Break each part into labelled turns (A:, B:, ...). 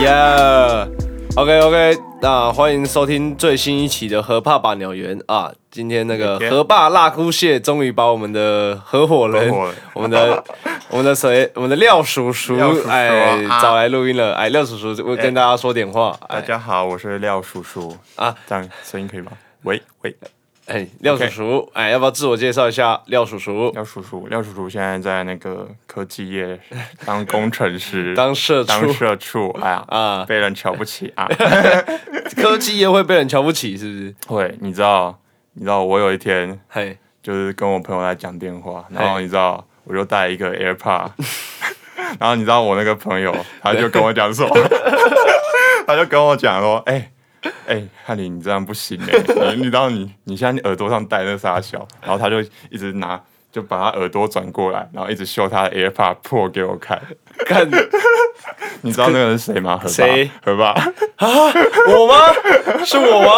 A: Yeah。OK OK，那欢迎收听最新一期的河坝把鸟园啊！今天那个
B: Yeah
A: 河坝辣姑蟹终于把我们的合伙人
B: 合伙人、
A: 我 们的、我们的谁、我们的廖叔叔
B: 廖叔叔
A: 哎
B: 啊
A: 找来录音了。哎，廖叔叔会跟大家说点话。
B: 大
A: 哎
B: 家好，我是廖叔叔
A: 啊
B: 啊，这样声音可以吗？喂喂，
A: 哎，廖叔
B: OK
A: 叔哎，要不要自我介绍一下？廖叔叔
B: 廖叔叔，廖叔叔现在在那个科技业当工程师，
A: 当社畜
B: 当社畜，哎呀
A: 啊
B: 啊，被人瞧不起啊！
A: 科技业会被人瞧不起是不是？
B: 会，你知道，你知道我有一天
A: 嘿，
B: 就是跟我朋友在讲电话，然后你知道我就带一个 AirPod，然后你知道我那个朋友他就跟我讲说， 他就跟我讲说，哎、哎、汉林，你这样不行哎、你你知道你你现在你耳朵上戴那啥小，然后他就一直拿，就把他耳朵转过来，然后一直秀他的 AirPod Pro 给我看。
A: 干
B: 你知道那个人是谁吗？何爸
A: 谁？
B: 何爸？
A: 我吗？是我吗？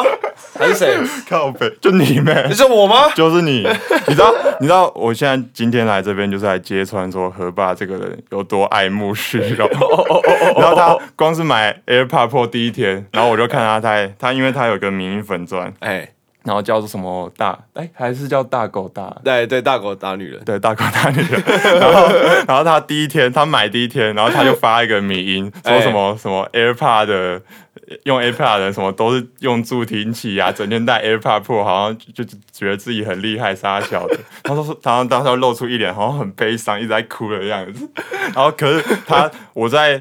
A: 还是谁？
B: 靠北，就你妹！
A: 是我吗？
B: 就是你，你知道，你知道，我现在今天来这边就是来揭穿说何爸这个人有多爱慕虚荣。 然后他光是买 AirPod Pro 第一天，然后我就看他在他，因为他有个民营粉钻，
A: 哎，
B: 然后叫做什么大，哎、还是叫大狗大。
A: 对对，大狗打女人。
B: 对大狗大女人，然后然后他第一天他买第一天，然后他就发一个迷音，说什么、什么 AirPod 的用 AirPod 的人什么都是用助听器啊，整天戴 AirPod Pro 好像就就觉得自己很厉害傻小的，他说他当时露出一脸好像很悲伤一直在哭的样子，然后可是他我在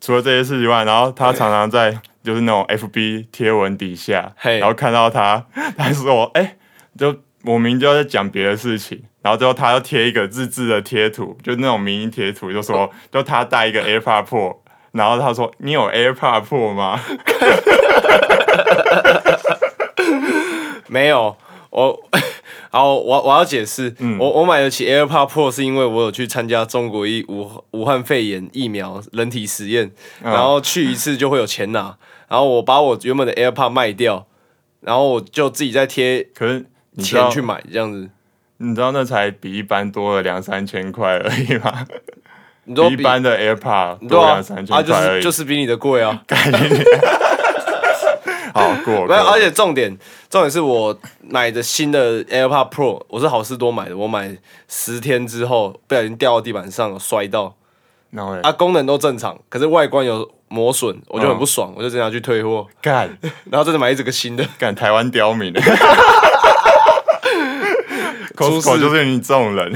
B: 除了这些事以外，然后他常常在就是那种 FB 贴文底下，
A: 嘿
B: 然后看到他，他说：“哎、就我明就在讲别的事情。”然后最后他要贴一个自制的贴图，就那种迷因贴图，就说就他带一个 AirPod Pro，然后他说：“你有 AirPod Pro 吗
A: 没有，我 好，我我要解释，
B: 嗯
A: 我我买得起 AirPod Pro 是因为我有去参加中国疫武武汉肺炎疫苗人体实验，
B: 嗯
A: 然后去一次就会有钱拿，然后我把我原本的 AirPod 卖掉，然后我就自己再贴？”
B: 可是你知
A: 钱
B: 道
A: 去，买这样子。
B: 你知道那才比一般多了两三千块而已吗？
A: 你
B: 比
A: 都
B: 一般的 AirPod
A: 对
B: 多
A: 啊
B: 两三，
A: 啊
B: 千
A: 就
B: 块而
A: 是
B: 已。
A: 就是比你的贵啊，
B: 好过，
A: 没有，
B: 过
A: 而且重点重点是我买的新的 AirPod Pro，我是好事多买的，我买十天之后不小心掉到地板上摔到，
B: 然后嘞
A: 啊，功能都正常，可是外观有磨损，我就很不爽，我就真的要去退货，
B: 干
A: 然后真的买一整个新的。
B: 干台湾刁 民。
A: 出
B: Costco
A: 事
B: 就是你这种人，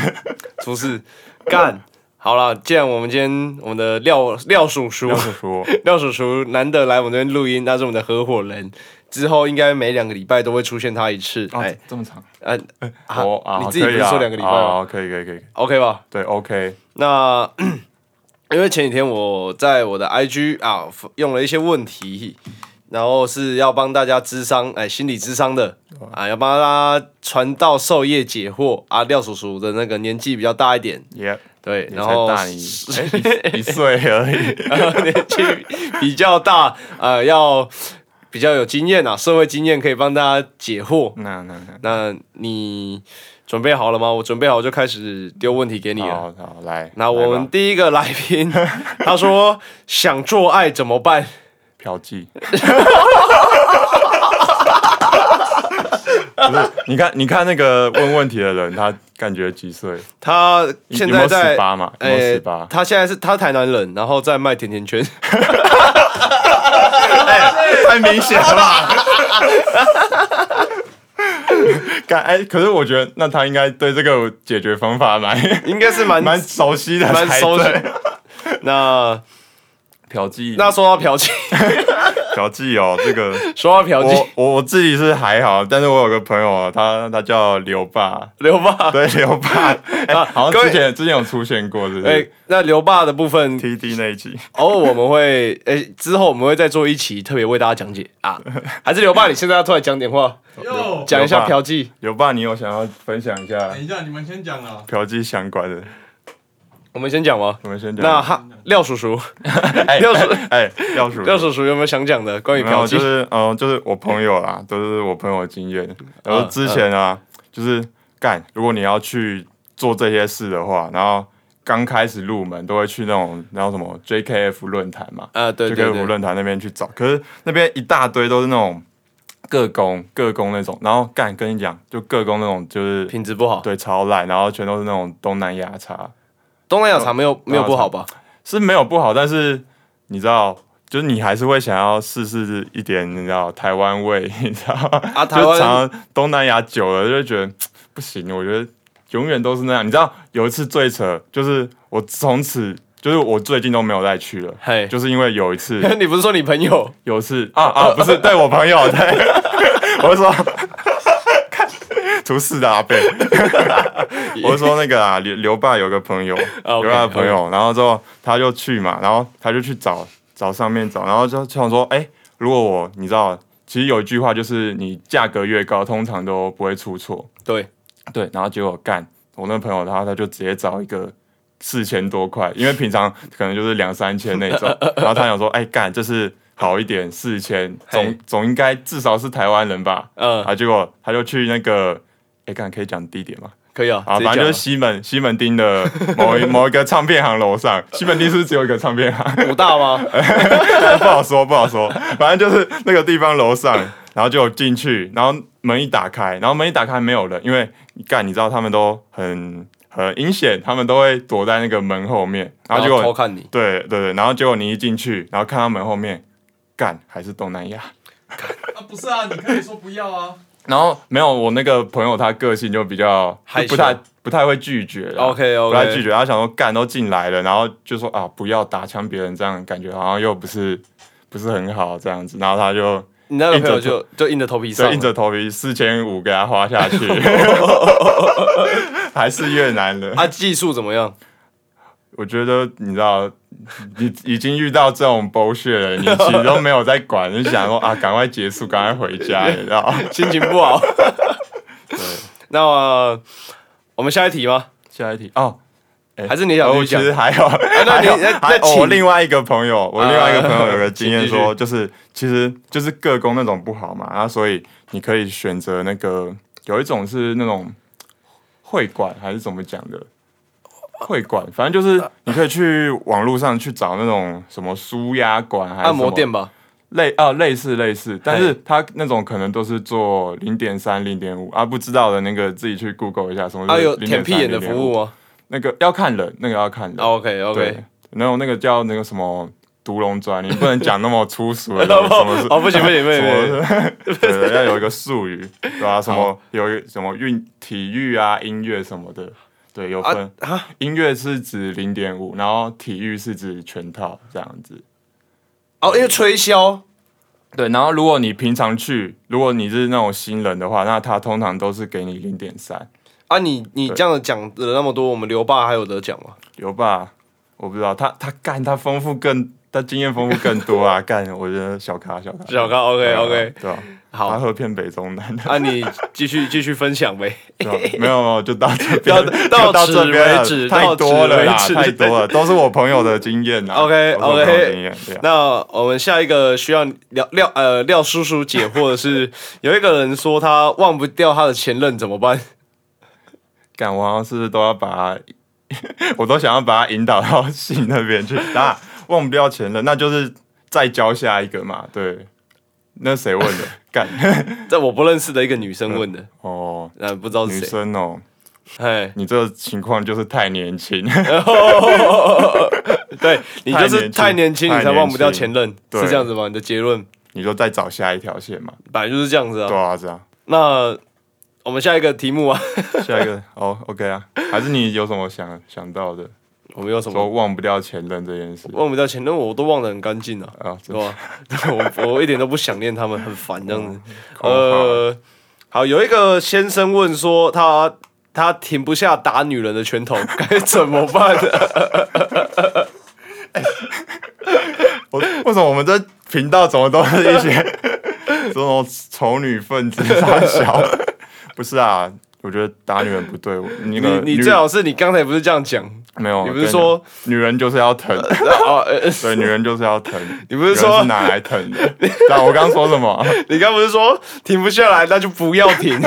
A: 出事，干，好了，既然我们今天我们的廖廖叔叔
B: 廖叔叔，
A: 廖叔叔难得来我们这边录音，他是我们的合伙人，之后应该每两个礼拜都会出现他一次。哎、
B: 这么长，
A: 呃啊
B: 我啊，
A: 你自己不
B: 可以
A: 是
B: 啊
A: 说两个礼拜吗、
B: 哦，可以可以可以，
A: o k 吧？
B: 对，OK，
A: 那 因为前几天我在我的 IG 啊用了一些问题，然后是要帮大家智商，哎，心理智商的
B: 哦
A: 啊，要帮大家传道授业解惑啊。廖叔叔的那个年纪比较大一点，
B: 耶，
A: 对，
B: 你
A: 然
B: 才
A: 后
B: 大你哎一一岁而已，
A: 年纪比较大，呃，要比较有经验啊，社会经验可以帮大家解惑。
B: 那那那，
A: 那你准备好了吗？我准备好，我就开始丢问题给 你了。啊
B: 好好来，
A: 那我
B: 来
A: 们
B: 吧
A: 第一个来 宾，他说想做爱怎么办？
B: 嫖 妓。不是，你看，你看那个问问题的人，他感觉几岁？
A: 他现在在
B: 有没有18嘛有没有
A: 呃
B: 18
A: 他现在是他台南人，然后在卖甜甜 圈。
B: 太明显了 吧。感哎、可是我觉得，那他应该对这个解决方法蛮
A: 应该是蛮
B: 蛮熟悉的，
A: 蛮熟悉
B: 才对。
A: 那
B: 嫖妓，
A: 那说到 嫖妓，
B: 嫖妓 哦，这个
A: 说到嫖
B: 我
A: 妓，
B: 我我自己是还好，但是我有个朋友，哦他他叫刘 爸，
A: 刘爸，
B: 对刘爸，哎
A: 啊
B: 好
A: 各
B: 像
A: 位
B: 之前之前有出现过，是不
A: 哎
B: 是，
A: 那刘爸的部分，
B: ？TD 那一集，
A: 偶尔我们会，哎，之后我们会再做一期特别为大家讲解 啊。还是刘爸，你现在要突然讲点话，
C: 哟，
A: 讲一
B: 刘
A: 下
B: 爸
A: 嫖妓。
B: 刘爸，你有想要分享一下
A: 哎
C: 等一下，你们先讲啊。
B: 嫖妓相关的？
A: 我们先讲吗？
B: 我们先讲。
A: 那哈廖叔叔，
B: 哎
A: 廖叔
B: 哎，廖叔，
A: 廖叔叔有没有想讲的关于
B: 没有，
A: 嫖
B: 就
A: 妓？
B: 是嗯、呃就是我朋友啦，都是我朋友的经验。
A: 嗯
B: 然后之前啊，就是干，如果你要去做这些事的话，然后刚开始入门都会去那种然后什么 JKF 论坛嘛，
A: 啊，对对
B: JKF
A: 对，
B: 论坛那边去找，可是那边一大堆都是那种各工各工那种，然后干跟你讲，就各工那种就是
A: 品质不好。
B: 对超烂，然后全都是那种东南亚茶，
A: 东南亚茶没有没
B: 东南
A: 有
B: 亚
A: 不好吧？
B: 是没有不好，但是你知道。就是你还是会想要试试一点，你知道台湾味， 你知道
A: 啊，台
B: 就
A: 湾
B: 常常东南亚久了，就会觉得不行。我觉得永远都是那样。你知道有一次最扯，就是我从此就是我最近都没有再去了，
A: 嘿，
B: 就是因为有一次
A: 你不是说你朋友？
B: 有一次啊啊，不是对我朋友，对， 我是说。出事的阿贝，我是说那个啊，刘刘爸有个朋友，
A: OK，
B: 刘爸的朋友，然后之后他就去嘛，然后他就去找找上面找，然后就想说，哎、如果我你知道，其实有一句话就是你价格越高，通常都不会出错，
A: 对，
B: 对，然后结果干，我那朋友他他就直接找一个四千多块，因为平常可能就是两三千那 种，然后他想说，哎干，这是好一点，四千
A: 嘿
B: 总总应该至少是台湾人吧，
A: 嗯，
B: 啊，结果他就去那个。哎，干可以讲地点吗？
A: 可以啊，
B: 啊，
A: 直
B: 反
A: 接
B: 正就
A: 讲
B: 是
A: 啊
B: 西门西门町的某一某一个唱片行楼上。西门町是不是只有一个唱片行？
A: 武大 吗？
B: 不好说， 不好说。反正就是那个地方楼上，然后就进去，然后门一打开，然后门一打开没有人，因为干你知道他们都很很阴险，他们都会躲在那个门后面，然后结
A: 偷
B: 果
A: 看你，
B: 对对对，然后结果你一进去，然后看到门后面，干还是东南亚。
C: 啊，不是啊，你可以说不要啊。
B: 然后没有我那个朋友，他个性就比较
A: 害羞
B: 就不太不太会拒绝啦
A: OK，OK
B: 啊不太拒绝。他想说干都进来了，然后就说啊不要打枪别人，这样感觉好像又不是不是很好这样子。然后他就
A: 你那个朋友
B: 硬着
A: 就就硬着头皮上
B: 就
A: 了，
B: 硬着头皮四千五给他花下 去，还是越南人。
A: 啊，技术怎么样？
B: 我觉得你知道，你已经遇到这种 bullshit 了，你其实都没有在管，你想说 啊赶快结束，赶快回家，你知道。
A: 心情不好。 那么我们下一题吗？
B: 下一题哦，哎
A: 还是你想
B: 哦
A: 继续
B: 其实还有，
A: 哎那
B: 还
A: 你
B: 有
A: 那
B: 还
A: 那
B: 哦我
A: 请呃
B: 另外一个朋友，我另外一个朋友有个经验
A: 请继
B: 说，就是其实就是各工那种不好嘛，然后所以你可以选择那个有一种是那种会馆还是怎么讲的。会馆，反正就是你可以去网络上去找那种什么舒压馆，还是
A: 按摩
B: 什么
A: 店吧，
B: 类啊，类似类似，但是它那种可能都是做零点三、零点五啊，不知道的那个自己去 Google 一下什么。
A: 啊，有舔屁眼的服务，吗啊
B: 那个要看人，那个要看人。
A: ？OK
B: 对
A: OK，，
B: 然后那个叫那个什么独龙砖，你不能讲那么粗俗 的东西什么是。
A: 哦，不行不行不
B: 什
A: 行不行，
B: 么对 对，要有一个术语，对吧、什么有一什么运体育啊、音乐什么的，对，有分。音乐是指零点五，然后体育是指全套这样子。
A: 哦，因为吹箫
B: 对，然后如果你平常去，如果你是那种新人的话，那他通常都是给你零点三。
A: 啊，你你这样讲了那么多，我们刘爸还有得奖吗？
B: 有吧？我不知道，他他干他丰富更，他经验丰富更多啊！ 干，我觉得小咖小咖
A: 小咖，OK
B: 对啊
A: OK，
B: 对吧？他
A: 好，
B: 喝遍北中南的，
A: 啊，你继续继续分享呗。
B: 对吧没有没有，就到这
A: 到
B: 边，就
A: 到
B: 到
A: 此
B: 这边了
A: 为止
B: 太
A: 到此
B: 多了啦，
A: 为止
B: 太多了，都是我朋友的经验呐。
A: OK，
B: 都是我朋友的
A: OK
B: 经验对啊。
A: 那我们下一个需要廖廖呃廖叔叔解惑的 是，有一个人说他忘不掉他的前任怎么办？
B: 干，我好像是不是都要把 他，我都想要把他引导到性那边去。那忘不掉前任，那就是再交下一个嘛。对，那谁问 的？干
A: 在我不认识的一个女生问的，
B: 哦，
A: 呃，不知道
B: 女
A: 是谁。
B: 生哦，
A: 哎，
B: 你这个情况就是太年轻，
A: 对你就是太
B: 太
A: 年
B: 年
A: 轻，
B: 轻
A: 你才忘不掉前任，
B: 对
A: 是这样子吗？你的结论
B: 你就再找下一条线嘛。
A: 本来就是这样子
B: 对
A: 啊。
B: 啊，这样。
A: 那我们下一个题目啊，
B: 下一个哦，OK 啊，还是你有什么想想到的？
A: 我们有什
B: 说
A: 么
B: 忘不掉前任这件事
A: 忘不掉前任？我都忘得很干净啊，
B: 啊， 这
A: 对吧？我我一点都不想念他们，很烦这样子。
B: 口号
A: 呃，好，有一个先生问说他他停不下打女人的拳头，该怎么办 呢？
B: 我为什么我们这频道怎么都是一 些这种丑女分子大小？ 不是啊，我觉得打女人不对。我你
A: 你你最好是你刚才不是这样 讲，
B: 没有，
A: 你
B: 我
A: 不
B: 跟
A: 是
B: 讲
A: 说
B: 女人就是要疼？
A: 哦，呃
B: 对，女人就是要疼。
A: 你不是
B: 女人
A: 说
B: 是哪来疼 的？啊那我刚刚说什么？
A: 你刚不是说停不下来，那就不要停。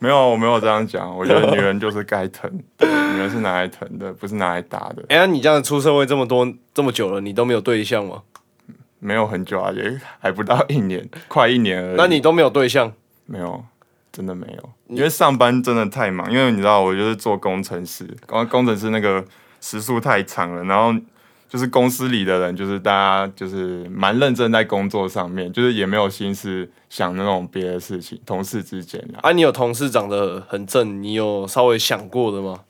B: 没有，我没有这样讲。我觉得女人就是该疼，对女人是拿来疼的，不是拿来打的。
A: 哎、那你这样出社会这么多这么久了，你都没有对象吗？
B: 没有很久啊，也还不到一年， 快一年而已。
A: 那你都没有对象，
B: 没有，真的没有，因为上班真的太忙。因为你知道，我就是做工程师，工工程师那个时速太长了，然后就是公司里的人，就是大家就是蛮认真在工作上面，就是也没有心思想那种别的事情，同事之间啊，
A: 啊，你有同事长得很正，你有稍微想过的吗？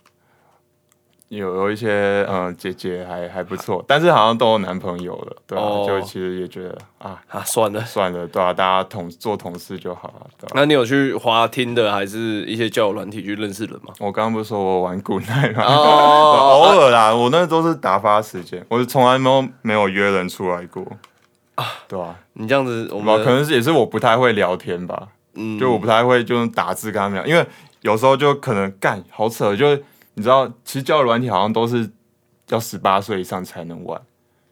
B: 有有一些嗯、呃姐姐还还不错，但是好像都有男朋友了，对啊，
A: 啊哦
B: 就其实也觉得啊，
A: 啊，算了。
B: 算了，对啊，大家同做同事就好了，对啊。
A: 那你有去滑听的，还是一些交友软体去认识人吗？
B: 我刚刚不是说我玩古奈 吗？偶
A: 哦，
B: 尔啦，我那都是打发时间，我从来没有没有约人出来过啊，对啊，
A: 你这样子，我
B: 我可
A: 们
B: 能是也是我不太会聊天吧，
A: 嗯
B: 就我不太会就是打字跟他们聊，因为有时候就可能干好扯，就是你知道，其实交友软体好像都是要十八岁以上才能玩，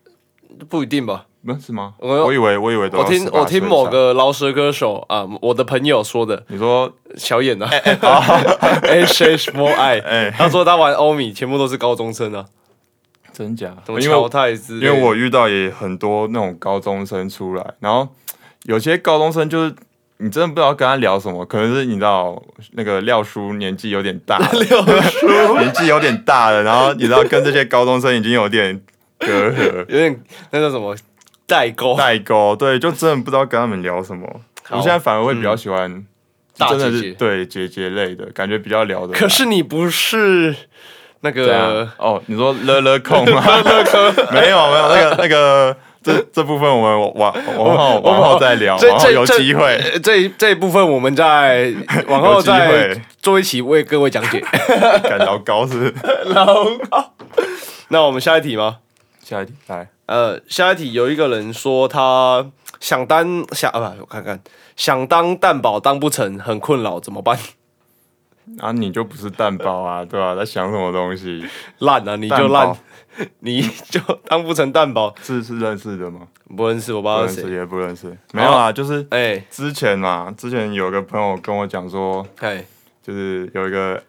A: 嗯不一定吧。
B: 不是吗？
A: 我有
B: 我以为我以为都
A: 我
B: 要
A: 听
B: 18
A: 我听
B: 岁以
A: 某
B: 上，
A: 个饶舌歌手啊，我的朋友说的，
B: 你说
A: 小眼啊 ，H H More
B: 哎
A: I，他说他玩欧米，全部都是高中生啊，
B: 真假？
A: 什么
B: 因为我
A: 乔太之类
B: 因
A: 的，
B: 为我遇到也很多那种高中生出来，然后有些高中生就是你真的不知道跟他聊什么，可能是你知道那个廖叔年纪有点大 了，廖叔 年纪有点大了，然后你知道跟这些高中生已经有点隔阂
A: 有点那叫什么代 沟，
B: 代沟，对，就真的不知道跟他们聊什么。
A: 好嗯
B: 我现在反而会比较喜欢
A: 大
B: 真的
A: 姐
B: 是
A: 姐
B: 对姐姐类的感觉比较 聊的。
A: 可是你不是那
B: 对啊
A: 个，
B: 哦，你说勒 勒控吗？没有没有，那个那个这这部分我们往往后往后再聊，
A: 哦这
B: 往后
A: 这
B: 有
A: 这
B: 机会。
A: 呃这一这一部分我们在往后
B: 有机
A: 再
B: 会
A: 做一期为各位讲 解。
B: 感到高是
A: 然后，那我们下一题吗？
B: 下一题来，
A: 呃，下一题有一个人说他想当想啊，不，我看看，想当蛋堡当不成，很困扰，怎么办？
B: 啊你就不是蛋包啊，对吧、在想什么东西？
A: 烂啊，你就
B: 蛋
A: 烂
B: 堡，
A: 你就当不成蛋堡。
B: 是是认识的吗？
A: 不认识，我不知
B: 不
A: 道
B: 认
A: 是
B: 识
A: 谁。
B: 也不认识，没有啊，就是
A: 哎
B: 之前嘛，之前有个朋友跟我讲说，
A: 哎，
B: 就是有一个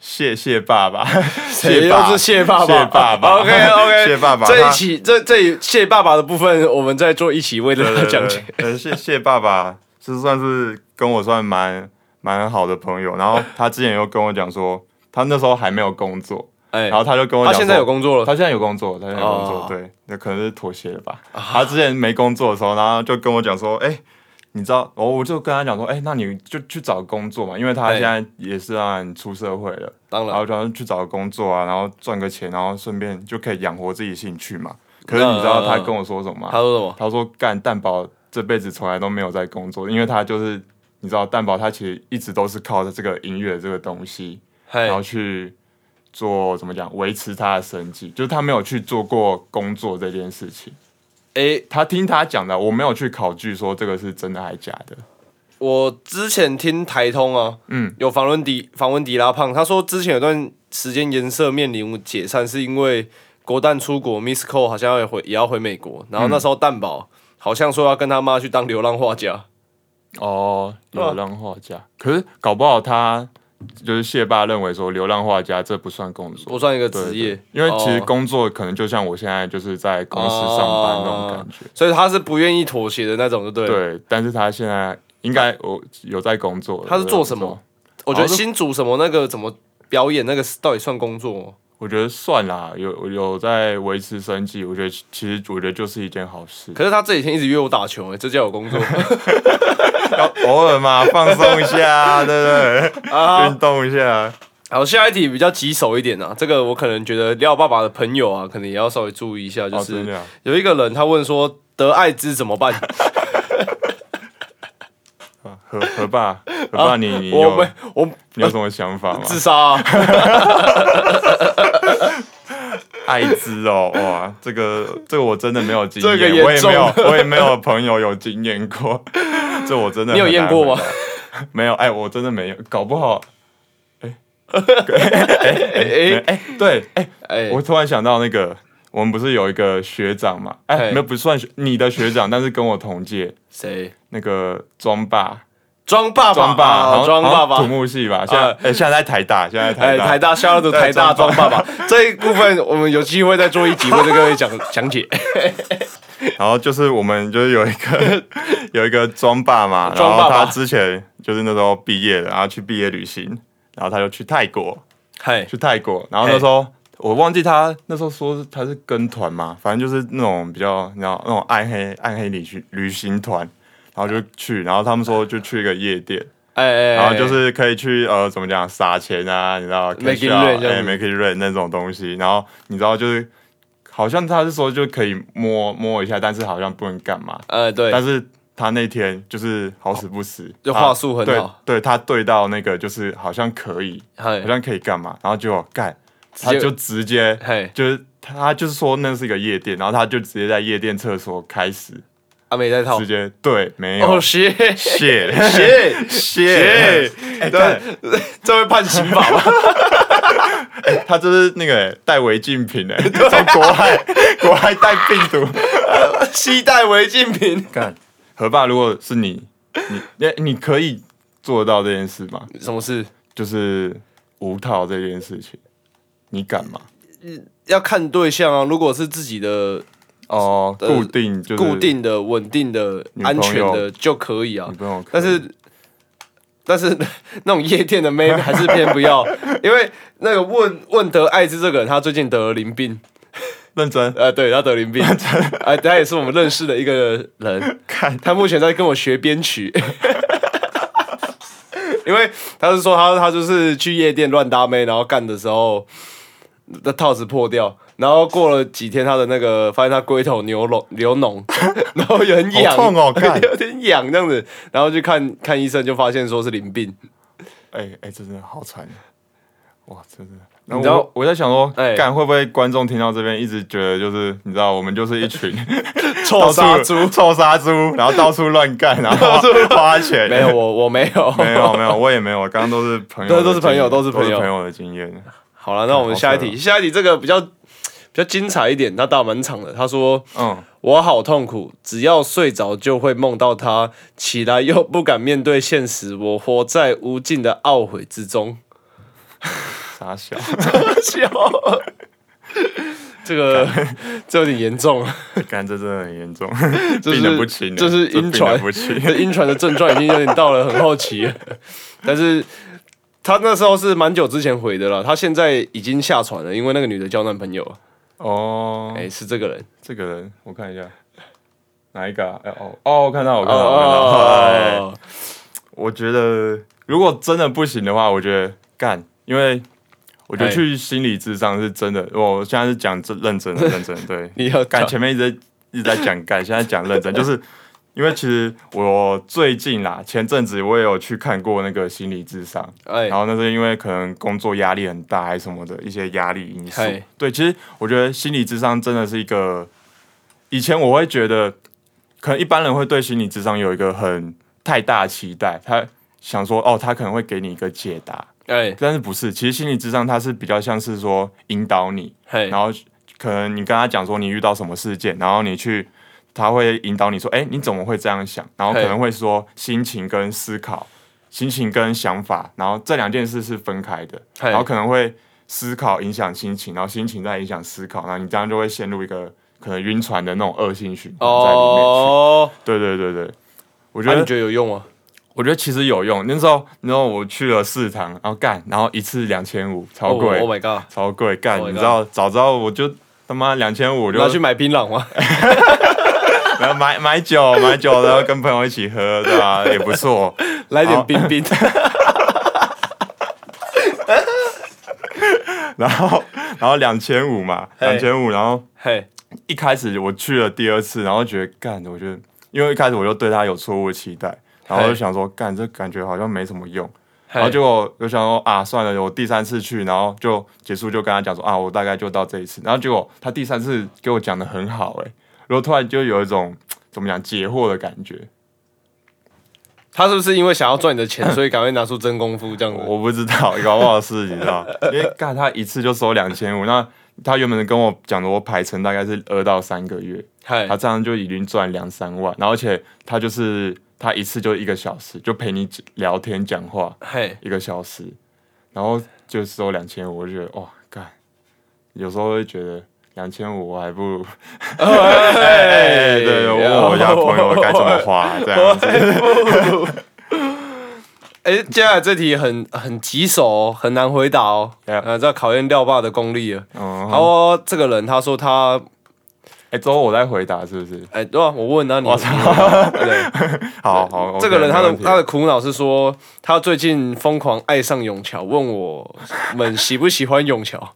B: 谢谢爸爸，
A: 谁
B: 谢
A: 又
B: 爸
A: 是谢爸爸？
B: 谢爸爸
A: OK OK，
B: 谢爸爸
A: 这一
B: 他
A: 期这这一谢爸爸的部分，我们再做一起为
B: 对
A: 大家讲解。
B: 呃，谢谢爸爸，是算是跟我算蛮蛮好的朋友。然后他之前又跟我讲说，他那时候还没有工作，
A: 哎
B: 然，后他就跟我
A: 他
B: 讲，
A: 现在有，工作了，
B: 他现在有工作，他现在有工作，
A: 哦啊
B: 对，那可能是妥协了吧。他之前没工作的时候，然后就跟我讲说，哎、你知道，我我就跟他讲说，哎、那你就去找工作嘛，因为他
A: 对嗯
B: 现在也是让你出社会了，
A: 当
B: 然
A: 然
B: 后就要去找工作啊，然后赚个钱，然后顺便就可以养活自己兴趣嘛。可是你知道他跟我说什么吗？
A: 嗯他说什么？
B: 他说干蛋宝这辈子从来都没有在工作，因为他就是你知道蛋宝他其实一直都是靠着这个音乐这个东西，然后
A: 嘿，
B: 去做怎么讲维持他的生计，就是他没有去做过工作这件事情。
A: 哎，
B: 他听他讲的，我没有去考据说这个是真的还假的。
A: 我之前听台通啊，
B: 嗯，
A: 有访问迪访问迪拉胖，他说之前有段时间颜色面临解散，是因为国蛋出国，Miss Cole 好像要回也要回美国，然后那时候蛋宝好像说要跟他妈去当流浪画家，
B: 哦，
A: 对啊
B: 流浪画家，可是搞不好他就是谢爸认为说流浪画家这不算工作。
A: 不算一个
B: 对
A: 职业
B: 对，因为其实
A: 哦
B: 工作可能就像我现在就是在公司上班那
A: 哦
B: 种感觉。
A: 所以他是不愿意妥协的那种，就对了。
B: 对，但是他现在应该我有在工作了。
A: 他是
B: 有在
A: 做
B: 工
A: 什
B: 作
A: 么？我觉得
B: 好像
A: 新组什么那个怎么表演那个是到底算工作吗？
B: 我觉得算啦，有有在维持生计，我觉得其其实我觉得就是一件好事。
A: 可是他这几天一直约我打球、欸，这叫有 工作
B: 要偶尔嘛，放松一 下，对不对？
A: 啊？
B: 运动一下。
A: 好，下一题比较棘手一点啊，这个我可能觉得廖爸爸的朋友啊，可能也要稍微注意一下，就
B: 哦真
A: 是
B: 的啊
A: 有一个人他问说得艾滋怎 么办？
B: 啊何何爸，何爸，你你
A: 我
B: 有
A: 们我
B: 你有什么想 法吗？
A: 自杀、 啊，
B: 艾滋哦，哇，这个这个我真的没有经
A: 这个严
B: 验，
A: 重
B: 我也没有 我也没有朋友有经验过，这我真的
A: 你有
B: 很难
A: 验过吗
B: 回答？没有，哎，我真的没有，搞不好，
A: 哎
B: 哎
A: 哎
B: 哎，对，哎，
A: 哎，
B: 我突然想到那个，我们不是有一个学长嘛？哎、
A: 嘿
B: 没有，不算学你的学长，但是跟我同届
A: 谁？
B: 那个庄爸，
A: 庄爸
B: 庄
A: 爸，啊
B: 爸，
A: 庄爸
B: 好像
A: 爸
B: 土。木系吧？现在
A: 啊
B: 哎，现在在台大，现在在
A: 哎，台
B: 台大，
A: 大肖的
B: 对
A: 台大
B: 庄
A: 庄爸爸 这一部分，我们有机会再做一集，会跟各位讲 讲解。
B: 然后就是我们就是有一个 有一个庄爸嘛，然
A: 庄
B: 后
A: 爸爸
B: 他之前就是那时候毕业了，然后去毕业旅行，然后他就去泰国，
A: 嗨，
B: 去泰国，然后那时候我忘记他那时候说他是跟团嘛，反正就是那种比较你知道那种暗黑暗黑旅行旅行团，然后就去，然后他们说就去一个夜店，
A: 哎哎，
B: 然后就是可以去呃怎么讲撒钱啊，你知道
A: Make it
B: cash out，
A: rain 这样
B: 哎
A: 子
B: make it rain 那种东西，然后你知道就是好像他是说就可以摸摸一下，但是好像不能干嘛，
A: 呃，对，
B: 但是。他那天就是好死不死，
A: 就
B: 他
A: 话术很
B: 对
A: 好
B: 对他对到那个就是好像可以，
A: 嗨
B: 好像可以干嘛，然后结果干，他
A: 接
B: 就直接
A: 嘿，
B: 就是他就是说那是一个夜店，然后他就直接在夜店厕所开始，
A: 阿美在套
B: 直，接对没有
A: 哦，谢 谢
B: 谢
A: 谢
B: 谢
A: 谢，
B: 哎
A: 这
B: 干
A: 这会判刑法 吗？
B: 他就是那个带违禁品 哎，从国外国外带病毒，
A: 携带违禁品，
B: 干何爸，如果是你，你你你可以做到这件事吗？
A: 什么事？
B: 就是无套这件事情，你敢吗？
A: 要看对象啊，如果是自己的
B: 哦，
A: 呃
B: 固定就是
A: 固定的、稳定的、
B: 女朋
A: 安
B: 友
A: 全的就可以啊
B: 女。朋友可以，
A: 但是，但是 那种夜店的妹还是偏不要，因为那个问问得艾滋这个人，他最近得了淋病，
B: 认真
A: 呃，对他得淋病，哎、他也是我们认识的一个人，
B: 看
A: 他目前在跟我学编曲。 因为他是说他他就是去夜店乱搭妹，然后干的时候，那套子破掉，然后过了几天他的那个发现他龟头牛脓流脓， 然后有很
B: 好
A: 痒，
B: 痛哦干
A: 有点痒这样子，然后去看看医生，就发现说是淋病。
B: 哎、哎、真的好惨，哇，真的。然
A: 你知道
B: 后我在想说，
A: 哎
B: 干、会不会观众听到这边一直觉得就是你知道我们就是一群
A: 臭杀
B: 到
A: 猪
B: 处、臭杀猪，然后到处乱干， 然后花钱。
A: 没有，我我没有，
B: 没有，没有，我也没有，刚刚都是朋友的经验，
A: 对都是朋友都是朋友
B: 朋友的经验。
A: 好了，那我们下一题，下一题这个比较比较精彩一点，他打蛮长的。他说
B: 嗯，：“
A: 我好痛苦，只要睡着就会梦到他，起来又不敢面对现实，我活在无尽的懊悔之中。
B: 傻 小，”
A: 笑，这个这有点严重了，
B: 干这真的很严 重，
A: 这
B: 病
A: 是
B: 得不轻欸，
A: 这是
B: 病
A: 晕
B: 得
A: 船，
B: 不轻。
A: 这晕船的症状已经有点到了很后期了，但是他那时候是蛮久之前回的了，他现在已经下船了，因为那个女的交男朋友了，
B: 哦，
A: 哎、是这个人，
B: 这个人我看一下，哪一个、啊？哎、哦哦，我看到，我看到，我看到。哎
A: 哦，
B: 我觉得如果真的不行的话，我觉得干，因为我觉得
A: 哎
B: 去心理智商是真的。我现在是讲真认真的，认 真的对。
A: 你要
B: 干
A: 感
B: 前面一直在一直在讲干，现在讲认真，就是因为其实我最近啦，前阵子我也有去看过那个心理智商，
A: 哎
B: 然，后那是因为可能工作压力很大还是什么的一些压力因素
A: 嗨。
B: 对，其实我觉得心理智商真的是一个，以前我会觉得，可能一般人会对心理智商有一个很太大的期待，他想说哦，他可能会给你一个解答，
A: 哎，
B: 但是不是？其实心理智商它是比较像是说引导你，
A: 嘿，
B: 然后可能你跟他讲说你遇到什么事件，然后你去。他会引导你说：“哎、你怎么会这样想？”然后可
A: 嘿
B: 能会说心情跟思考，心情跟想法，然后这两件事是分开的。
A: 嘿
B: 然后可能会思考影响心情，然后心情再影响思考，然后你这样就会陷入一个可能晕船的那种恶性循环在里面。
A: 哦，
B: 对对对对，我啊觉
A: 那
B: 得、
A: 啊你觉得有用吗？
B: 我觉得其实有用。那时候，那时候我去了四堂，然后干，然后一次两千五，超贵，
A: ，Oh my god！
B: 超贵，干
A: Oh my
B: 你知道，早知道我就他妈两千五，我就
A: 你要去买槟榔 吗？
B: 然后 买买酒，买酒，然后跟朋友一起喝，对吧、 也不错。
A: 来
B: 好
A: 点 冰冰，
B: 然后，然后两千五嘛，
A: 嘿
B: 两千五，然后
A: 嘿，
B: 一开始我去了第二次，然后觉得干，我觉得因为一开始我就对他有错误的期待，然后就想说干，这感觉好像没什么用，然
A: 然
B: 后结果就想说啊，算了，我第三次去，然后就结束就跟他讲说啊，我大概就到这一次，然后结果他第三次给我讲的很好、欸，哎，然后突然就有一种怎么讲解惑的感觉，
A: 他是不是因为想要赚你的钱，所以赶快拿出真功夫这样子？
B: 我不知道， 搞不好是你知道，因为干他一次就收两千五，那他原本跟我讲的我排程大概是二到三个月，
A: 嘿
B: 他，这样就已经赚两三万，然后而且他就是他一次就一个小时，就陪你聊天讲话
A: 嘿，
B: 一个小时，然后就收两千五，我就觉得哇，干，有时候会觉得两千五我还不如，
A: 哦
B: 哎，对对，我问我家朋友该怎么 花这样子，
A: 哎，接下来这题很很棘手、哦，很难回答哦。
B: Yeah
A: 呃，这考验廖爸的功力了。
B: 嗯，
A: 好、哦，这个人他说他，
B: 哎，之后我再回答是不是？
A: 哎，对啊，我问啊你，
B: 我操
A: 对，
B: 好好，
A: 这个
B: OK，
A: 人他的
B: 没问题
A: 他的苦恼是说他最近疯狂爱上永桥，问我们喜不喜欢永桥。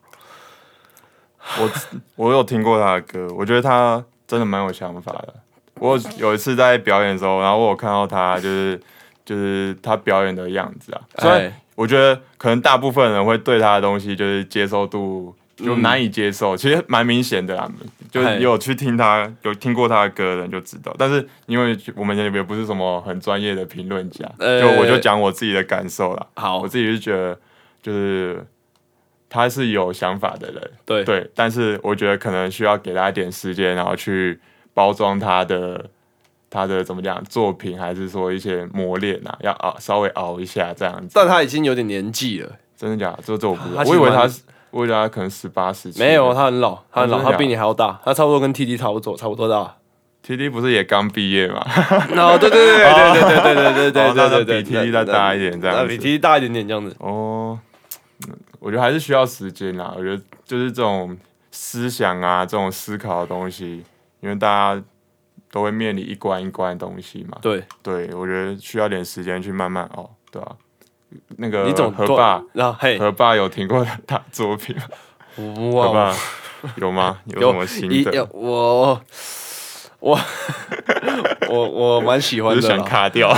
B: 我我有听过他的歌，我觉得他真的蛮有想法的。我有一次在表演的时候，然后我有看到他就是就是他表演的样子啊， 虽然
A: 哎
B: 我觉得可能大部分人会对他的东西就是接受度就难以接受，其实蛮明显的啦，就是有去听他有听过他的歌的人就知道。但是因为我们也不是什么很专业的评论家，
A: 呃
B: 就我就讲我自己的感受啦。
A: 好
B: 我，自己是觉得就是他是有想法的人。
A: 对，
B: 对，但是我觉得可能需要给他一点时间，然后去包装他的他的怎么讲作品，还是说一些磨练啊，要熬稍微熬一下这样子。
A: 但他已经有点年纪了，
B: 真的假的？这这我不知道
A: 他，其
B: 我
A: 实
B: 以为他
A: 蛮
B: 是，我以为他可能十八十七。
A: 没有，他很老，他很老，
B: 真的假的
A: 他比你还要大，他差不多跟 T T 差不多差不多大。
B: T D 不是也刚毕业嘛？
A: 哦，对对对对对对对对对
B: 哦那
A: 对对对，
B: 比 TT 再大一点这样
A: 那
B: 子
A: 比 T T 大一点点这样子。
B: 哦，嗯我觉得还是需要时间啦。我觉得就是这种思想啊，这种思考的东西，因为大家都会面临一关一关的东西嘛。
A: 对，
B: 对，我觉得需要点时间去慢慢熬，对吧、那个
A: 你总
B: 何爸，
A: 然后嘿，
B: 何爸有听过他的作品吗？何
A: 哇
B: 爸，有 吗？有什
A: 有
B: 么心
A: 一
B: 得？
A: 我我我我蛮喜
B: 我
A: 欢
B: 是
A: 的
B: 想
A: 啦，
B: 卡 掉，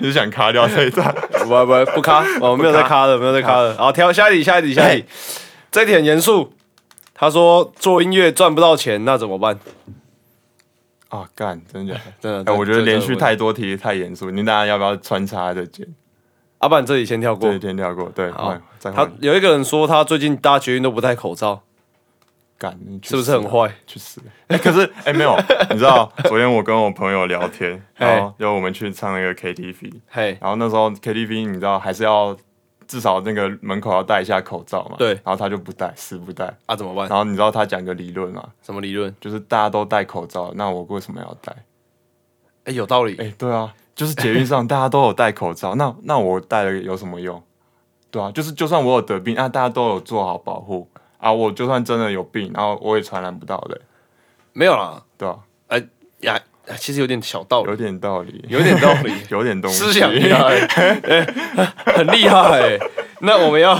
B: 你是想卡掉这一段？
A: 不不不卡，我没有在卡的，没有在卡的。好，挑下一题，下一题，下一题，这题很严肃。他说做音乐赚不到钱，那怎么办？
B: 啊，干，真的假的？
A: 哦真的，
B: 哎，我觉得
A: 这
B: 连续
A: 这
B: 太多题太严肃，你大家要不要穿插着剪？
A: 阿板这里先跳过
B: 对，。先跳过，对，
A: 好
B: 换再
A: 他
B: 换，
A: 有一个人说他最近搭捷运都不戴口罩，
B: 干，你去
A: 是啊不是
B: 死
A: 很
B: 吧
A: 坏？
B: 去死！哎、可是哎、没有，你知道昨天我跟我朋友聊 天，然后就我们去唱那个 KTV，
A: 嘿，
B: 然后那时候 KTV 你知道还是要至少那个门口要戴一下口罩嘛，
A: 对
B: 然后他就不戴，死不戴。
A: 啊怎么办？
B: 然后你知道他讲个理论嘛，
A: 什么理论？
B: 就是大家都戴口罩，那我为什么要戴？
A: 哎，有道理。
B: 哎、对啊，就是捷运上大家都有戴口罩，那那我戴了有什么用？对啊，就是就算我有得病啊，大家都有做好保护啊，我就算真的有病，然后我也传染不到的，
A: 没有啦，
B: 对啊，
A: 哎呀，其实有点小道
B: 有
A: 理，
B: 点道理，，
A: 有点道理
B: 有点东西，
A: 思想厉 害，哎很厉害哎。那我们要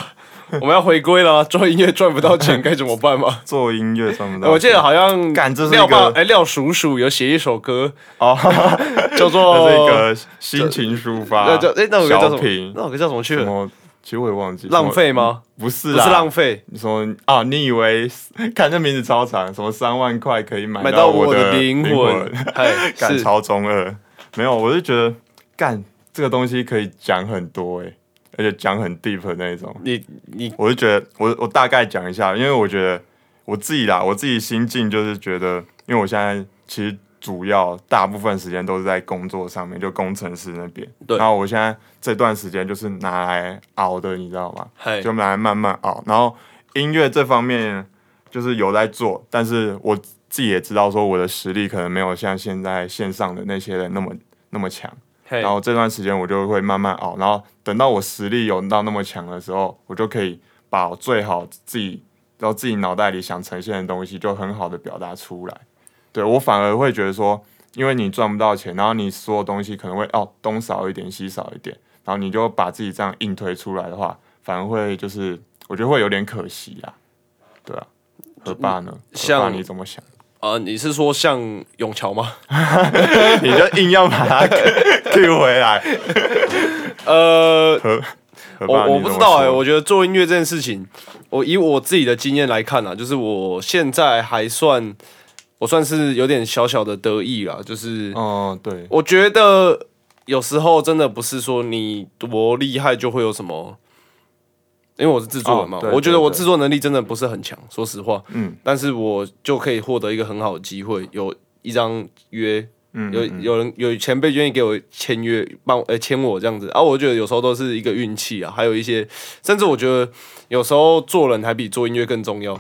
A: 我们要回归了，做音乐 赚不到钱该怎么办 吗？
B: 做音乐算不到。
A: 我记得好像
B: 干这是一
A: 廖爸
B: 个
A: 哎廖叔叔有写一首 歌
B: 哦，
A: 叫
B: 那
A: 做
B: 是一个心情抒发，
A: 那叫哎那首歌叫
B: 小
A: 什么
B: 品？
A: 那首歌叫什么去
B: 什
A: 了？
B: 么？ 其实我也忘记。
A: 浪费吗？
B: 什么？不是
A: 不
B: 啦，
A: 是啊浪费，
B: 你说啊，你以为 看这名字超长，什么三万块可以买
A: 买到
B: 我
A: 哎我的
B: 灵
A: 灵魂， 哎
B: 干
A: 是
B: 超中二。没有，我就觉得干这个东西可以讲很多哎、而且讲很 deep 的那种。
A: 你你
B: 我就觉得，我我大概讲一下，因为我觉得我自己啦，我自己心境就是觉得，因为我现在其实主要大部分时间都是在工作上面，就工程师那边。
A: 对
B: 然后我现在这段时间就是拿来熬的，你知道吗？
A: 哎
B: 就拿来慢慢熬。然后音乐这方面就是有在做，但是我自己也知道说我的实力可能没有像现在线上的那些人那么那么强。
A: 嘿
B: 然后这段时间我就会慢慢熬，然后等到我实力有到那么强的时候，我就可以把我最好自己，然后自己脑袋里想呈现的东西，就很好的表达出来。对我反而会觉得说，因为你赚不到钱，然后你所有东西可能会哦东少一点西少一点，然后你就把自己这样硬推出来的话，反而会就是我觉得会有点可惜啦。对啊，何爸呢？何爸
A: 像
B: 你怎么想？
A: 啊你是说像永桥吗？
B: 你就硬要把它 Q 回来，
A: 呃，
B: 何何爸
A: 我我
B: 你
A: 不
B: 怎么
A: 知道哎、
B: 说
A: 我觉得做音乐这件事情，我以我自己的经验来看啊，就是我现在还算，我算是有点小小的得意啦，就是
B: 哦，对，
A: 我觉得有时候真的不是说你多厉害就会有什么。因为我是制作人嘛，
B: 哦对
A: 我觉得
B: 对
A: 我
B: 对
A: 制作能力真的不是很强，说实话，
B: 嗯，
A: 但是我就可以获得一个很好的机会，有一张约
B: 嗯
A: 有有人有前辈愿意给我签约，帮我呃签我这样子啊，我觉得有时候都是一个运气啊，还有一些，甚至我觉得有时候做人还比做音乐更重要。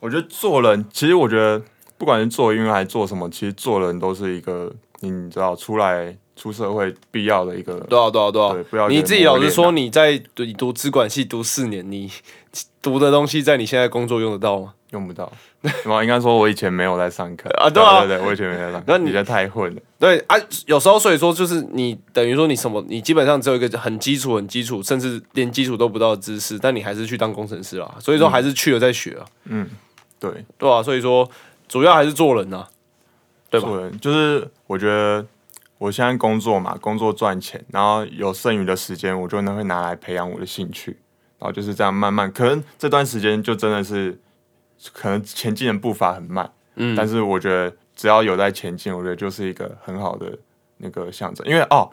B: 我觉得做人，其实我觉得不管是做音乐还是做什么，其实做人都是一个你知道出来出社会必要的一个。
A: 对啊，对啊，对啊。
B: 对不要
A: 你
B: 给
A: 自己
B: 磨
A: 老实
B: 练
A: 说，
B: 啊
A: 你在读你读资管系读四年，你读的东西在你现在工作用得到吗？
B: 用不 到。然后应该说，我以前没有在上课
A: 啊
B: 对
A: 对啊
B: 对对，我以前没有在上课。
A: 那你
B: 你这太混了，
A: 对啊，有时候所以说就是你等于说你什么，你基本上只有一个很基础、很基础，甚至连基础都不到的知识，但你还是去当工程师啦。
B: 嗯
A: 所以说还是去了再学啊，
B: 对，
A: 对啊，所以说主要还是做人呐、啊，对吧
B: 做人就是我觉得我现在工作嘛，工作赚钱，然后有剩余的时间，我就能会拿来培养我的兴趣，然后就是这样慢慢，可能这段时间就真的是可能前进的步伐很慢，
A: 嗯
B: 但是我觉得只要有在前进，我觉得就是一个很好的那个象征。因为哦，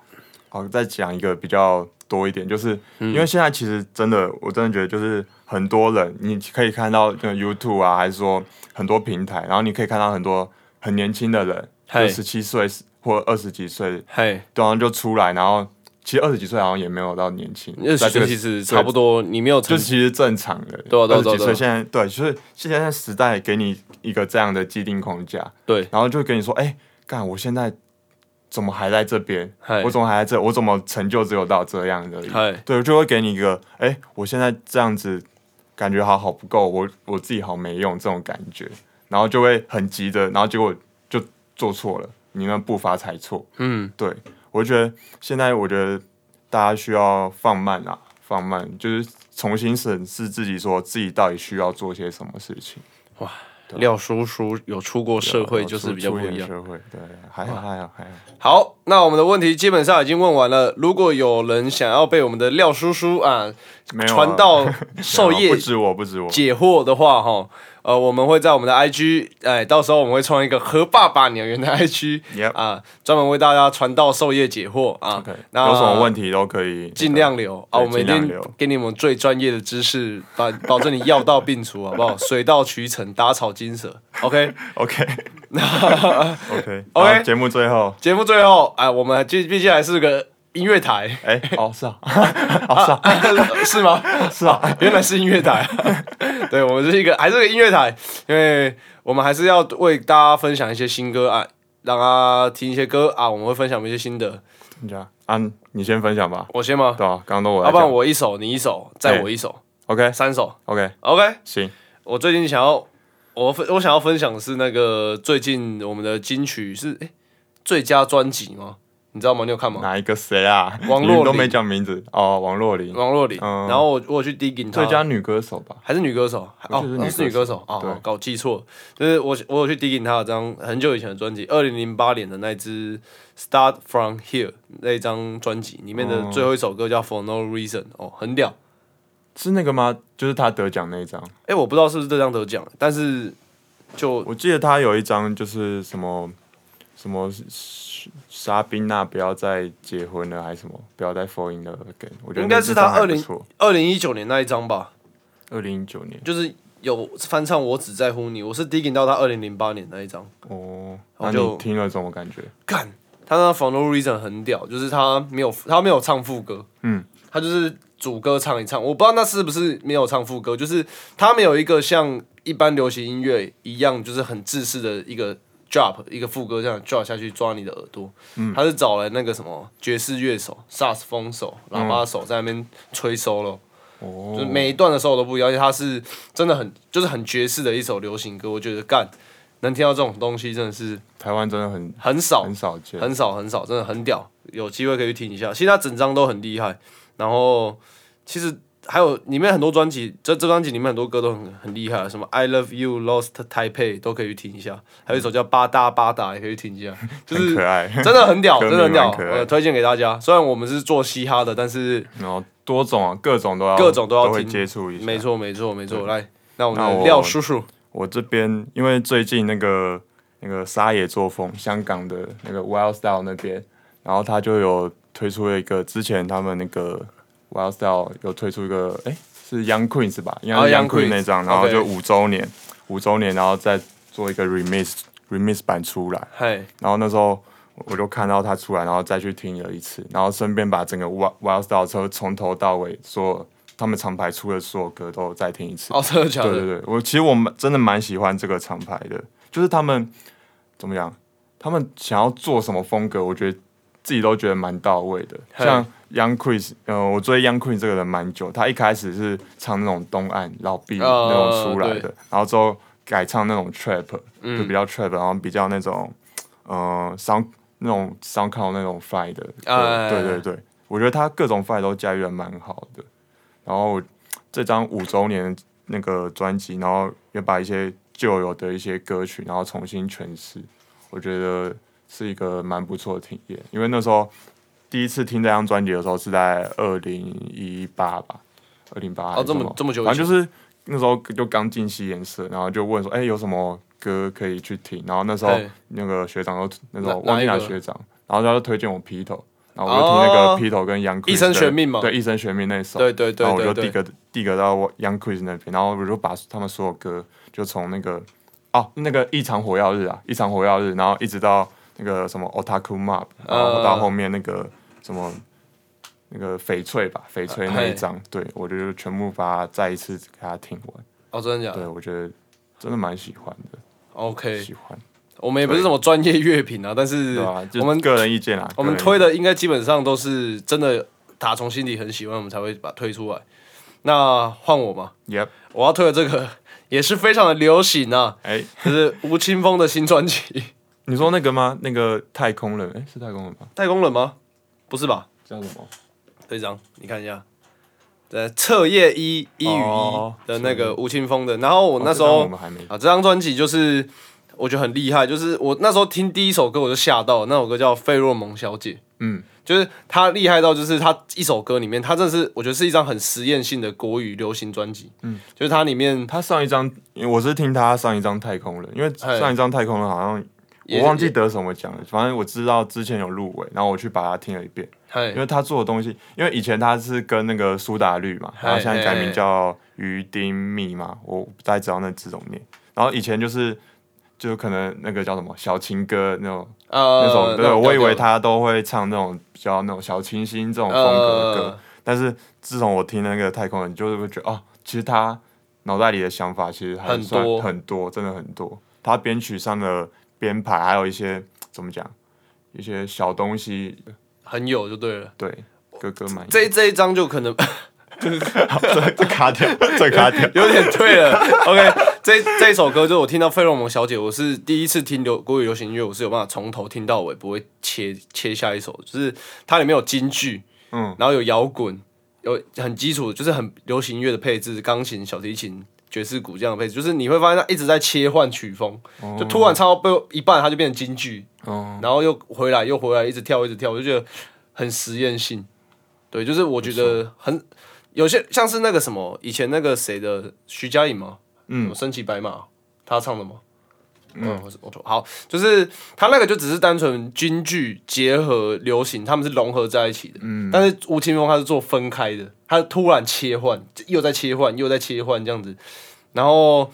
B: 好再讲一个比较多一点，就是、
A: 嗯
B: 因为现在其实真的，我真的觉得就是很多人，你可以看到呃 YouTube 啊，还是说很多平台，然后你可以看到很多很年轻的人，
A: 嗨
B: 就十七岁或二十几岁，
A: 嘿，
B: 然后就出来，然后其实二十几岁好像也没有到年轻，
A: 那
B: 在这个
A: 其实
B: 对
A: 差不多，你没有
B: 就
A: 成
B: 是其实正常的，
A: 对啊对
B: 二
A: 啊
B: 十
A: 对啊
B: 几
A: 对啊
B: 岁现在对，就是现在时代给你一个这样的既定框架，
A: 对，
B: 然后就跟你说，哎、干，我现在怎么还在这边
A: 嗨？
B: 我怎么还在这？我怎么成就只有到这样而已？
A: 嗨，
B: 对，就会给你一个，哎、我现在这样子感觉好好不够，我我自己好没用这种感觉，然后就会很急的，然后结果就做错了，你那步伐踩错，
A: 嗯，
B: 对，我觉得现在我觉得大家需要放慢啊，放慢，就是重新审视自己，说自己到底需要做些什么事情。嗯
A: 廖叔叔有出过社会，
B: 然后
A: 就是
B: 啊出
A: 比较不
B: 出
A: 一
B: 点
A: 样。
B: 社会对，啊还好还好还好。
A: 好，那我们的问题基本上已经问完了。如果有人想要被我们的廖叔叔啊
B: 没有啊
A: 传到授
B: 没有啊
A: 业
B: 不止我，不止我，
A: 解惑的话，哈，呃，我们会在我们的 IG，哎，到时候我们会创一个和爸爸鸟园的 IG，
B: Yep
A: 啊，专门为大家传道授业解惑啊。
B: OK，
A: 那
B: 有什么问题都可以
A: 尽量留啊，
B: 对
A: 我们
B: 尽
A: 一
B: 量
A: 定
B: 留
A: 给你们最专业的知识，把保证你药到病除，好不 好？水到渠成，打草惊蛇。OK，
B: OK OK
A: OK
B: 然后节目最后，
A: 节目最后，哎，我们毕毕竟还是个音乐台，
B: 哎，哦是啊，哦是啊，
A: 是吗？
B: 是啊，
A: 原来是音乐台，啊 对我们是一个还是个音乐台，因为我们还是要为大家分享一些新歌啊，让大家听一些歌啊，我们会分享一些新的。
B: 你讲，啊，你先分享吧。
A: 我先吗？
B: 对啊，刚刚都我
A: 要
B: 来
A: 不然
B: 讲。
A: 我一首，你一首，再我一首，
B: OK
A: 三首。
B: OK，
A: OK，
B: 行，
A: 我最近想要我分我想要分享的是那个最近我们的金曲是诶、最佳专辑吗？你知道吗？你有看 吗？
B: 哪一个谁啊？
A: 王
B: 你
A: 若琳
B: 都没讲名字哦，王若琳，
A: 王若琳，
B: 嗯
A: 然后我我有去 digging 她
B: 最佳女歌手吧？
A: 还是女歌手，
B: 我
A: 哦，
B: 记得是女歌手
A: 哦是女歌手，哦，
B: 对
A: 哦搞记错了，就是我我有去 digging 她的张很久以前的专辑，二零零八年的那支《Start from Here》那一张专辑里面的
B: 哦
A: 最后一首歌叫《For No Reason》，哦，很屌。
B: 是那个吗？就是她得奖那一张，
A: 哎、我不知道是不是这张得奖，但是就
B: 我记得她有一张就是什么什么莎宾娜不要再结婚了，还是什么不要再 fall in love again。我觉得
A: 应该是她二零
B: 二
A: 二零一九年那一张吧，
B: 零一九年
A: 就是有翻唱《我只在乎你》，我是 digging 到她二零零八年那一张。
B: 哦，
A: 我
B: 那
A: 就
B: 你听了怎么感觉？
A: 干，他那《For No Reason》很屌，就是他没有他没有唱副歌，
B: 嗯，
A: 他就是主歌唱一唱，我不知道那是不是没有唱副歌，就是他没有一个像一般流行音乐一样，就是很制式的一个 drop 一个副歌这样 drop 下去抓你的耳朵，嗯，他是找来那个什么爵士乐手、萨克斯风手、喇叭手在那边吹 solo，、
B: 嗯哦
A: 就是每一段的时候都不一样，而且它是真的很就是很爵士的一首流行歌，我觉得干能听到这种东西真的是
B: 台湾真的很
A: 很少，
B: 很少见，
A: 很少很少，真的很屌，有机会可以去听一下。其实他整张都很厉害，然后其实还有里面很多专辑，这这专辑里面很多歌都很很厉害，什么 I Love You、Lost Taipei 都可以去听一下，还有一首叫巴达巴达也可以去听一下，就
B: 很
A: 是
B: 可爱。
A: 真的很屌，
B: 歌
A: 真
B: 名
A: 的很屌，
B: 蛮可爱
A: 呃，推荐给大家。虽然我们是做嘻哈的，但是
B: 然后多种啊，各种都要
A: 各种都要
B: 会
A: 听
B: 接触一下。
A: 没错没错没错，来，那我
B: 那
A: 们
B: 我
A: 的廖叔叔，
B: 我这边因为最近那个那个沙野作风，香港的那个 Wild Style 那边，然后他就有推出了一个之前他们那个 Wild Style 有推出一个，哎、是 Young Queen 是吧？应该是
A: 哦
B: Young
A: Young
B: Queen
A: Queens，
B: 那张，然后
A: OK
B: 就五周年，五周年，然后再做一个 remix remix 版出来。
A: 嘿，
B: 然后那时候我就看到他出来，然后再去听了一次，然后顺便把整个 Wild Wild Style 车从头到尾所有他们厂牌出的所有歌都再听一次。
A: 哦，真的假
B: 对
A: 的？
B: 对对，我其实我蛮真的蛮喜欢这个厂牌的，就是他们怎么讲，他们想要做什么风格，我觉得自己都觉得蛮到位的。
A: 嘿
B: 像 Young Chris，呃，我追 Young Chris 这个人蛮久，他一开始是唱那种东岸老 B
A: 呃
B: 那种出来的，
A: 对嗯
B: 然后之后改唱那种 Trap，就比较 Trap，然后比较那种呃 Sound 那种 Sound c o u 那种 Fly 的歌，
A: 哎
B: 对对对，我觉得他各种 Fly 都驾驭的蛮好的。
A: 哎
B: 然后我这张五周年那个专辑，然后也把一些旧有的一些歌曲，然后重新诠释，我觉得是一个蛮不错的体验。因为那时候第一次听这张专辑的时候是在二零一八吧，二零八
A: 哦这么这么久以
B: 反正就是那时候就刚进西颜社，然后就问说，哎、有什么歌可以去听？然后那时候
A: 嘿
B: 那个学长都那时候
A: 哪
B: 忘记
A: 哪
B: 哪
A: 一个
B: 学长，然后他就推荐我披头。然后我就听那
A: 哦
B: 个披头跟杨
A: 一生悬命嘛
B: 对，一生悬命那首，
A: 对对对
B: 然后
A: 对
B: 我就
A: 对
B: 递个递个到我 Young Quiz 那边，然后我就把他们所有歌就从那个哦那个异常火药日啊，异常火药日，然后一直到那个什么 Otaku Mob，然后
A: 呃
B: 到后面那个什么。那个翡翠吧，翡翠
A: 呃
B: 那一张，对我就全部把它再一次给它听完。
A: 哦，真的假
B: 对
A: 的
B: 我觉得真的蛮喜欢的，
A: ？OK，
B: 喜欢，
A: 我们也不是什么专业乐评啊，但是
B: 对吧？就
A: 我们
B: 个人意见啦，啊
A: 我们
B: 个人
A: 推
B: 意见
A: 的应该基本上都是真的打从心底很喜欢，我们才会把它推出来。那换我嘛，
B: ，Yep，
A: 我要推的这个也是非常的流行啊，
B: 哎，
A: 就是吴青峰的新专辑《
B: 你说那个吗？那个太空人，哎，是太空人吧？
A: 太空人》吗？不是吧？
B: 叫什么？
A: 这张你看一下，呃，彻夜一一与一
B: 哦
A: 的那个吴青峰的。然后我那时
B: 哦这张
A: 候、
B: 我们还没
A: 啊，这张专辑就是我觉得很厉害，就是我那时候听第一首歌我就吓到了，那首歌叫《费洛蒙小姐》。
B: 嗯，
A: 就是他厉害到，就是他一首歌里面，他真的是我觉得是一张很实验性的国语流行专辑。嗯，就是它里面
B: 他上一张，因为我是听他上一张太空人，因为
A: 哎
B: 上一张太空人好像
A: 也
B: 我忘记得什么奖了，反正我知道之前有入围，然后我去把它听了一遍，
A: 嗨
B: 因为他做的东西，因为以前他是跟那个苏打绿嘛，
A: 哎
B: 然后现在改名叫于丁密嘛，我不太知道那字怎么念，然后以前就是。就可能那个叫什么小情歌那种、
A: 呃
B: 那种，对，我以为
A: 他。
B: 他都会唱那种比较那种小清新这种风格的歌，
A: 呃
B: 但是自从我听那个太空人，就是会觉得哦，其实他脑袋里的想法其实还
A: 很
B: 算
A: 多
B: 很多，真的很多。他编曲上的编排，还有一些怎么讲，一些小东西，
A: 很有就对了。
B: 对，哥哥满意。
A: 这这一张就可能。
B: 这这 卡掉，这卡掉
A: 有点对了。OK，这这一首歌就是我听到费洛蒙小姐，我是第一次听流国语流行音乐，我是有办法从头听到尾，不会切切下一首。就是它里面有京剧，
B: 嗯，
A: 然后有摇滚，有很基础，就是很流行音乐的配置，钢琴、小提琴。爵士鼓这样的配置，就是你会发现它一直在切换曲风，就突然唱到背后一半，它就变成京剧，
B: 哦，
A: 然后又回来又回来，一直跳一直跳，我就觉得很实验性。对，就是我觉得很有些像是那个什么以前那个谁的徐佳莹吗？
B: 嗯，
A: 身骑白马，他唱的吗？嗯，我我好，就是他那个就只是单纯京剧结合流行，他们是融合在一起的。嗯，但是吴青峰他是做分开的，他突然切换，又在切换，又在切换这样子，然后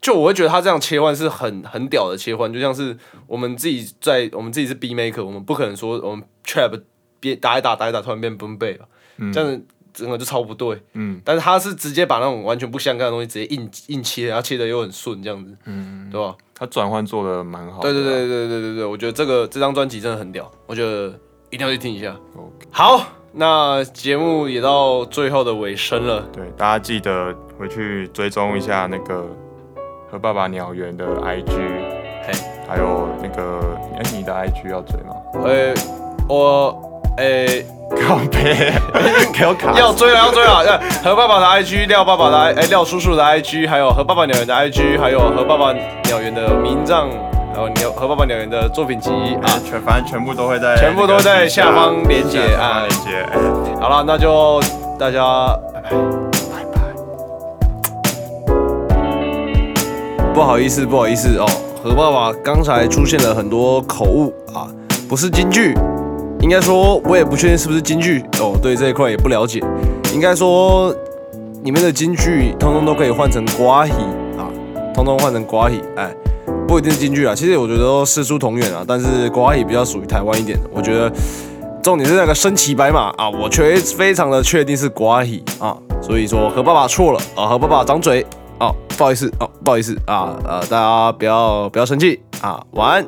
A: 就我会觉得他这样切换是很很屌的切换，就像是我们自己在我们自己是 B maker，我们不可能说我们 trap 变打一打打一打突然变 boom b a 吧，这样子整个就超不对。
B: 嗯，
A: 但是他是直接把那种完全不相干的东西直接硬硬切，然后切的又很顺这样子，嗯，对吧？
B: 他转换做的蛮好的啊。
A: 对对对对对对对，我觉得这个这张专辑真的很屌，我觉得一定要去听一下。
B: OK
A: 好，那节目也到最后的尾声了。
B: 对，大家记得回去追踪一下那个和爸爸鸟园的 IG，
A: 嘿，
B: 还有那个哎、你的 IG 要追吗？
A: 呃，我呃。
B: 靠背， 给我卡死
A: 要追了，要追了！呃何爸爸的 IG，廖爸爸的 I，哎，廖叔叔的 IG，还有何爸爸鸟园的 IG，还有何爸爸鸟园的名帐，还有鸟何爸爸鸟园的作品集啊。
B: 啊，全反正全部都会在
A: 全部都在下方连结
B: 下方
A: 哎
B: 连接，哎。
A: 好了，那就大家拜拜，拜拜。不好意思，不好意思哦，何爸爸刚才出现了很多口误啊，不是京剧，应该说我也不确定是不是京剧哦，对这一块也不了解，应该说里面的京剧通通都可以换成瓜皮啊，通通换成瓜皮，哎，不一定是京剧啊，其实我觉得都师出同源啊，但是国外也比较属于台湾一点的，我觉得。重点是那个身骑白马啊，我确非常的确定是国阿喜啊，所以说何爸爸错了啊，何爸爸掌嘴啊，不好意思啊，不好意思啊，呃，大家不要不要生气啊，晚安。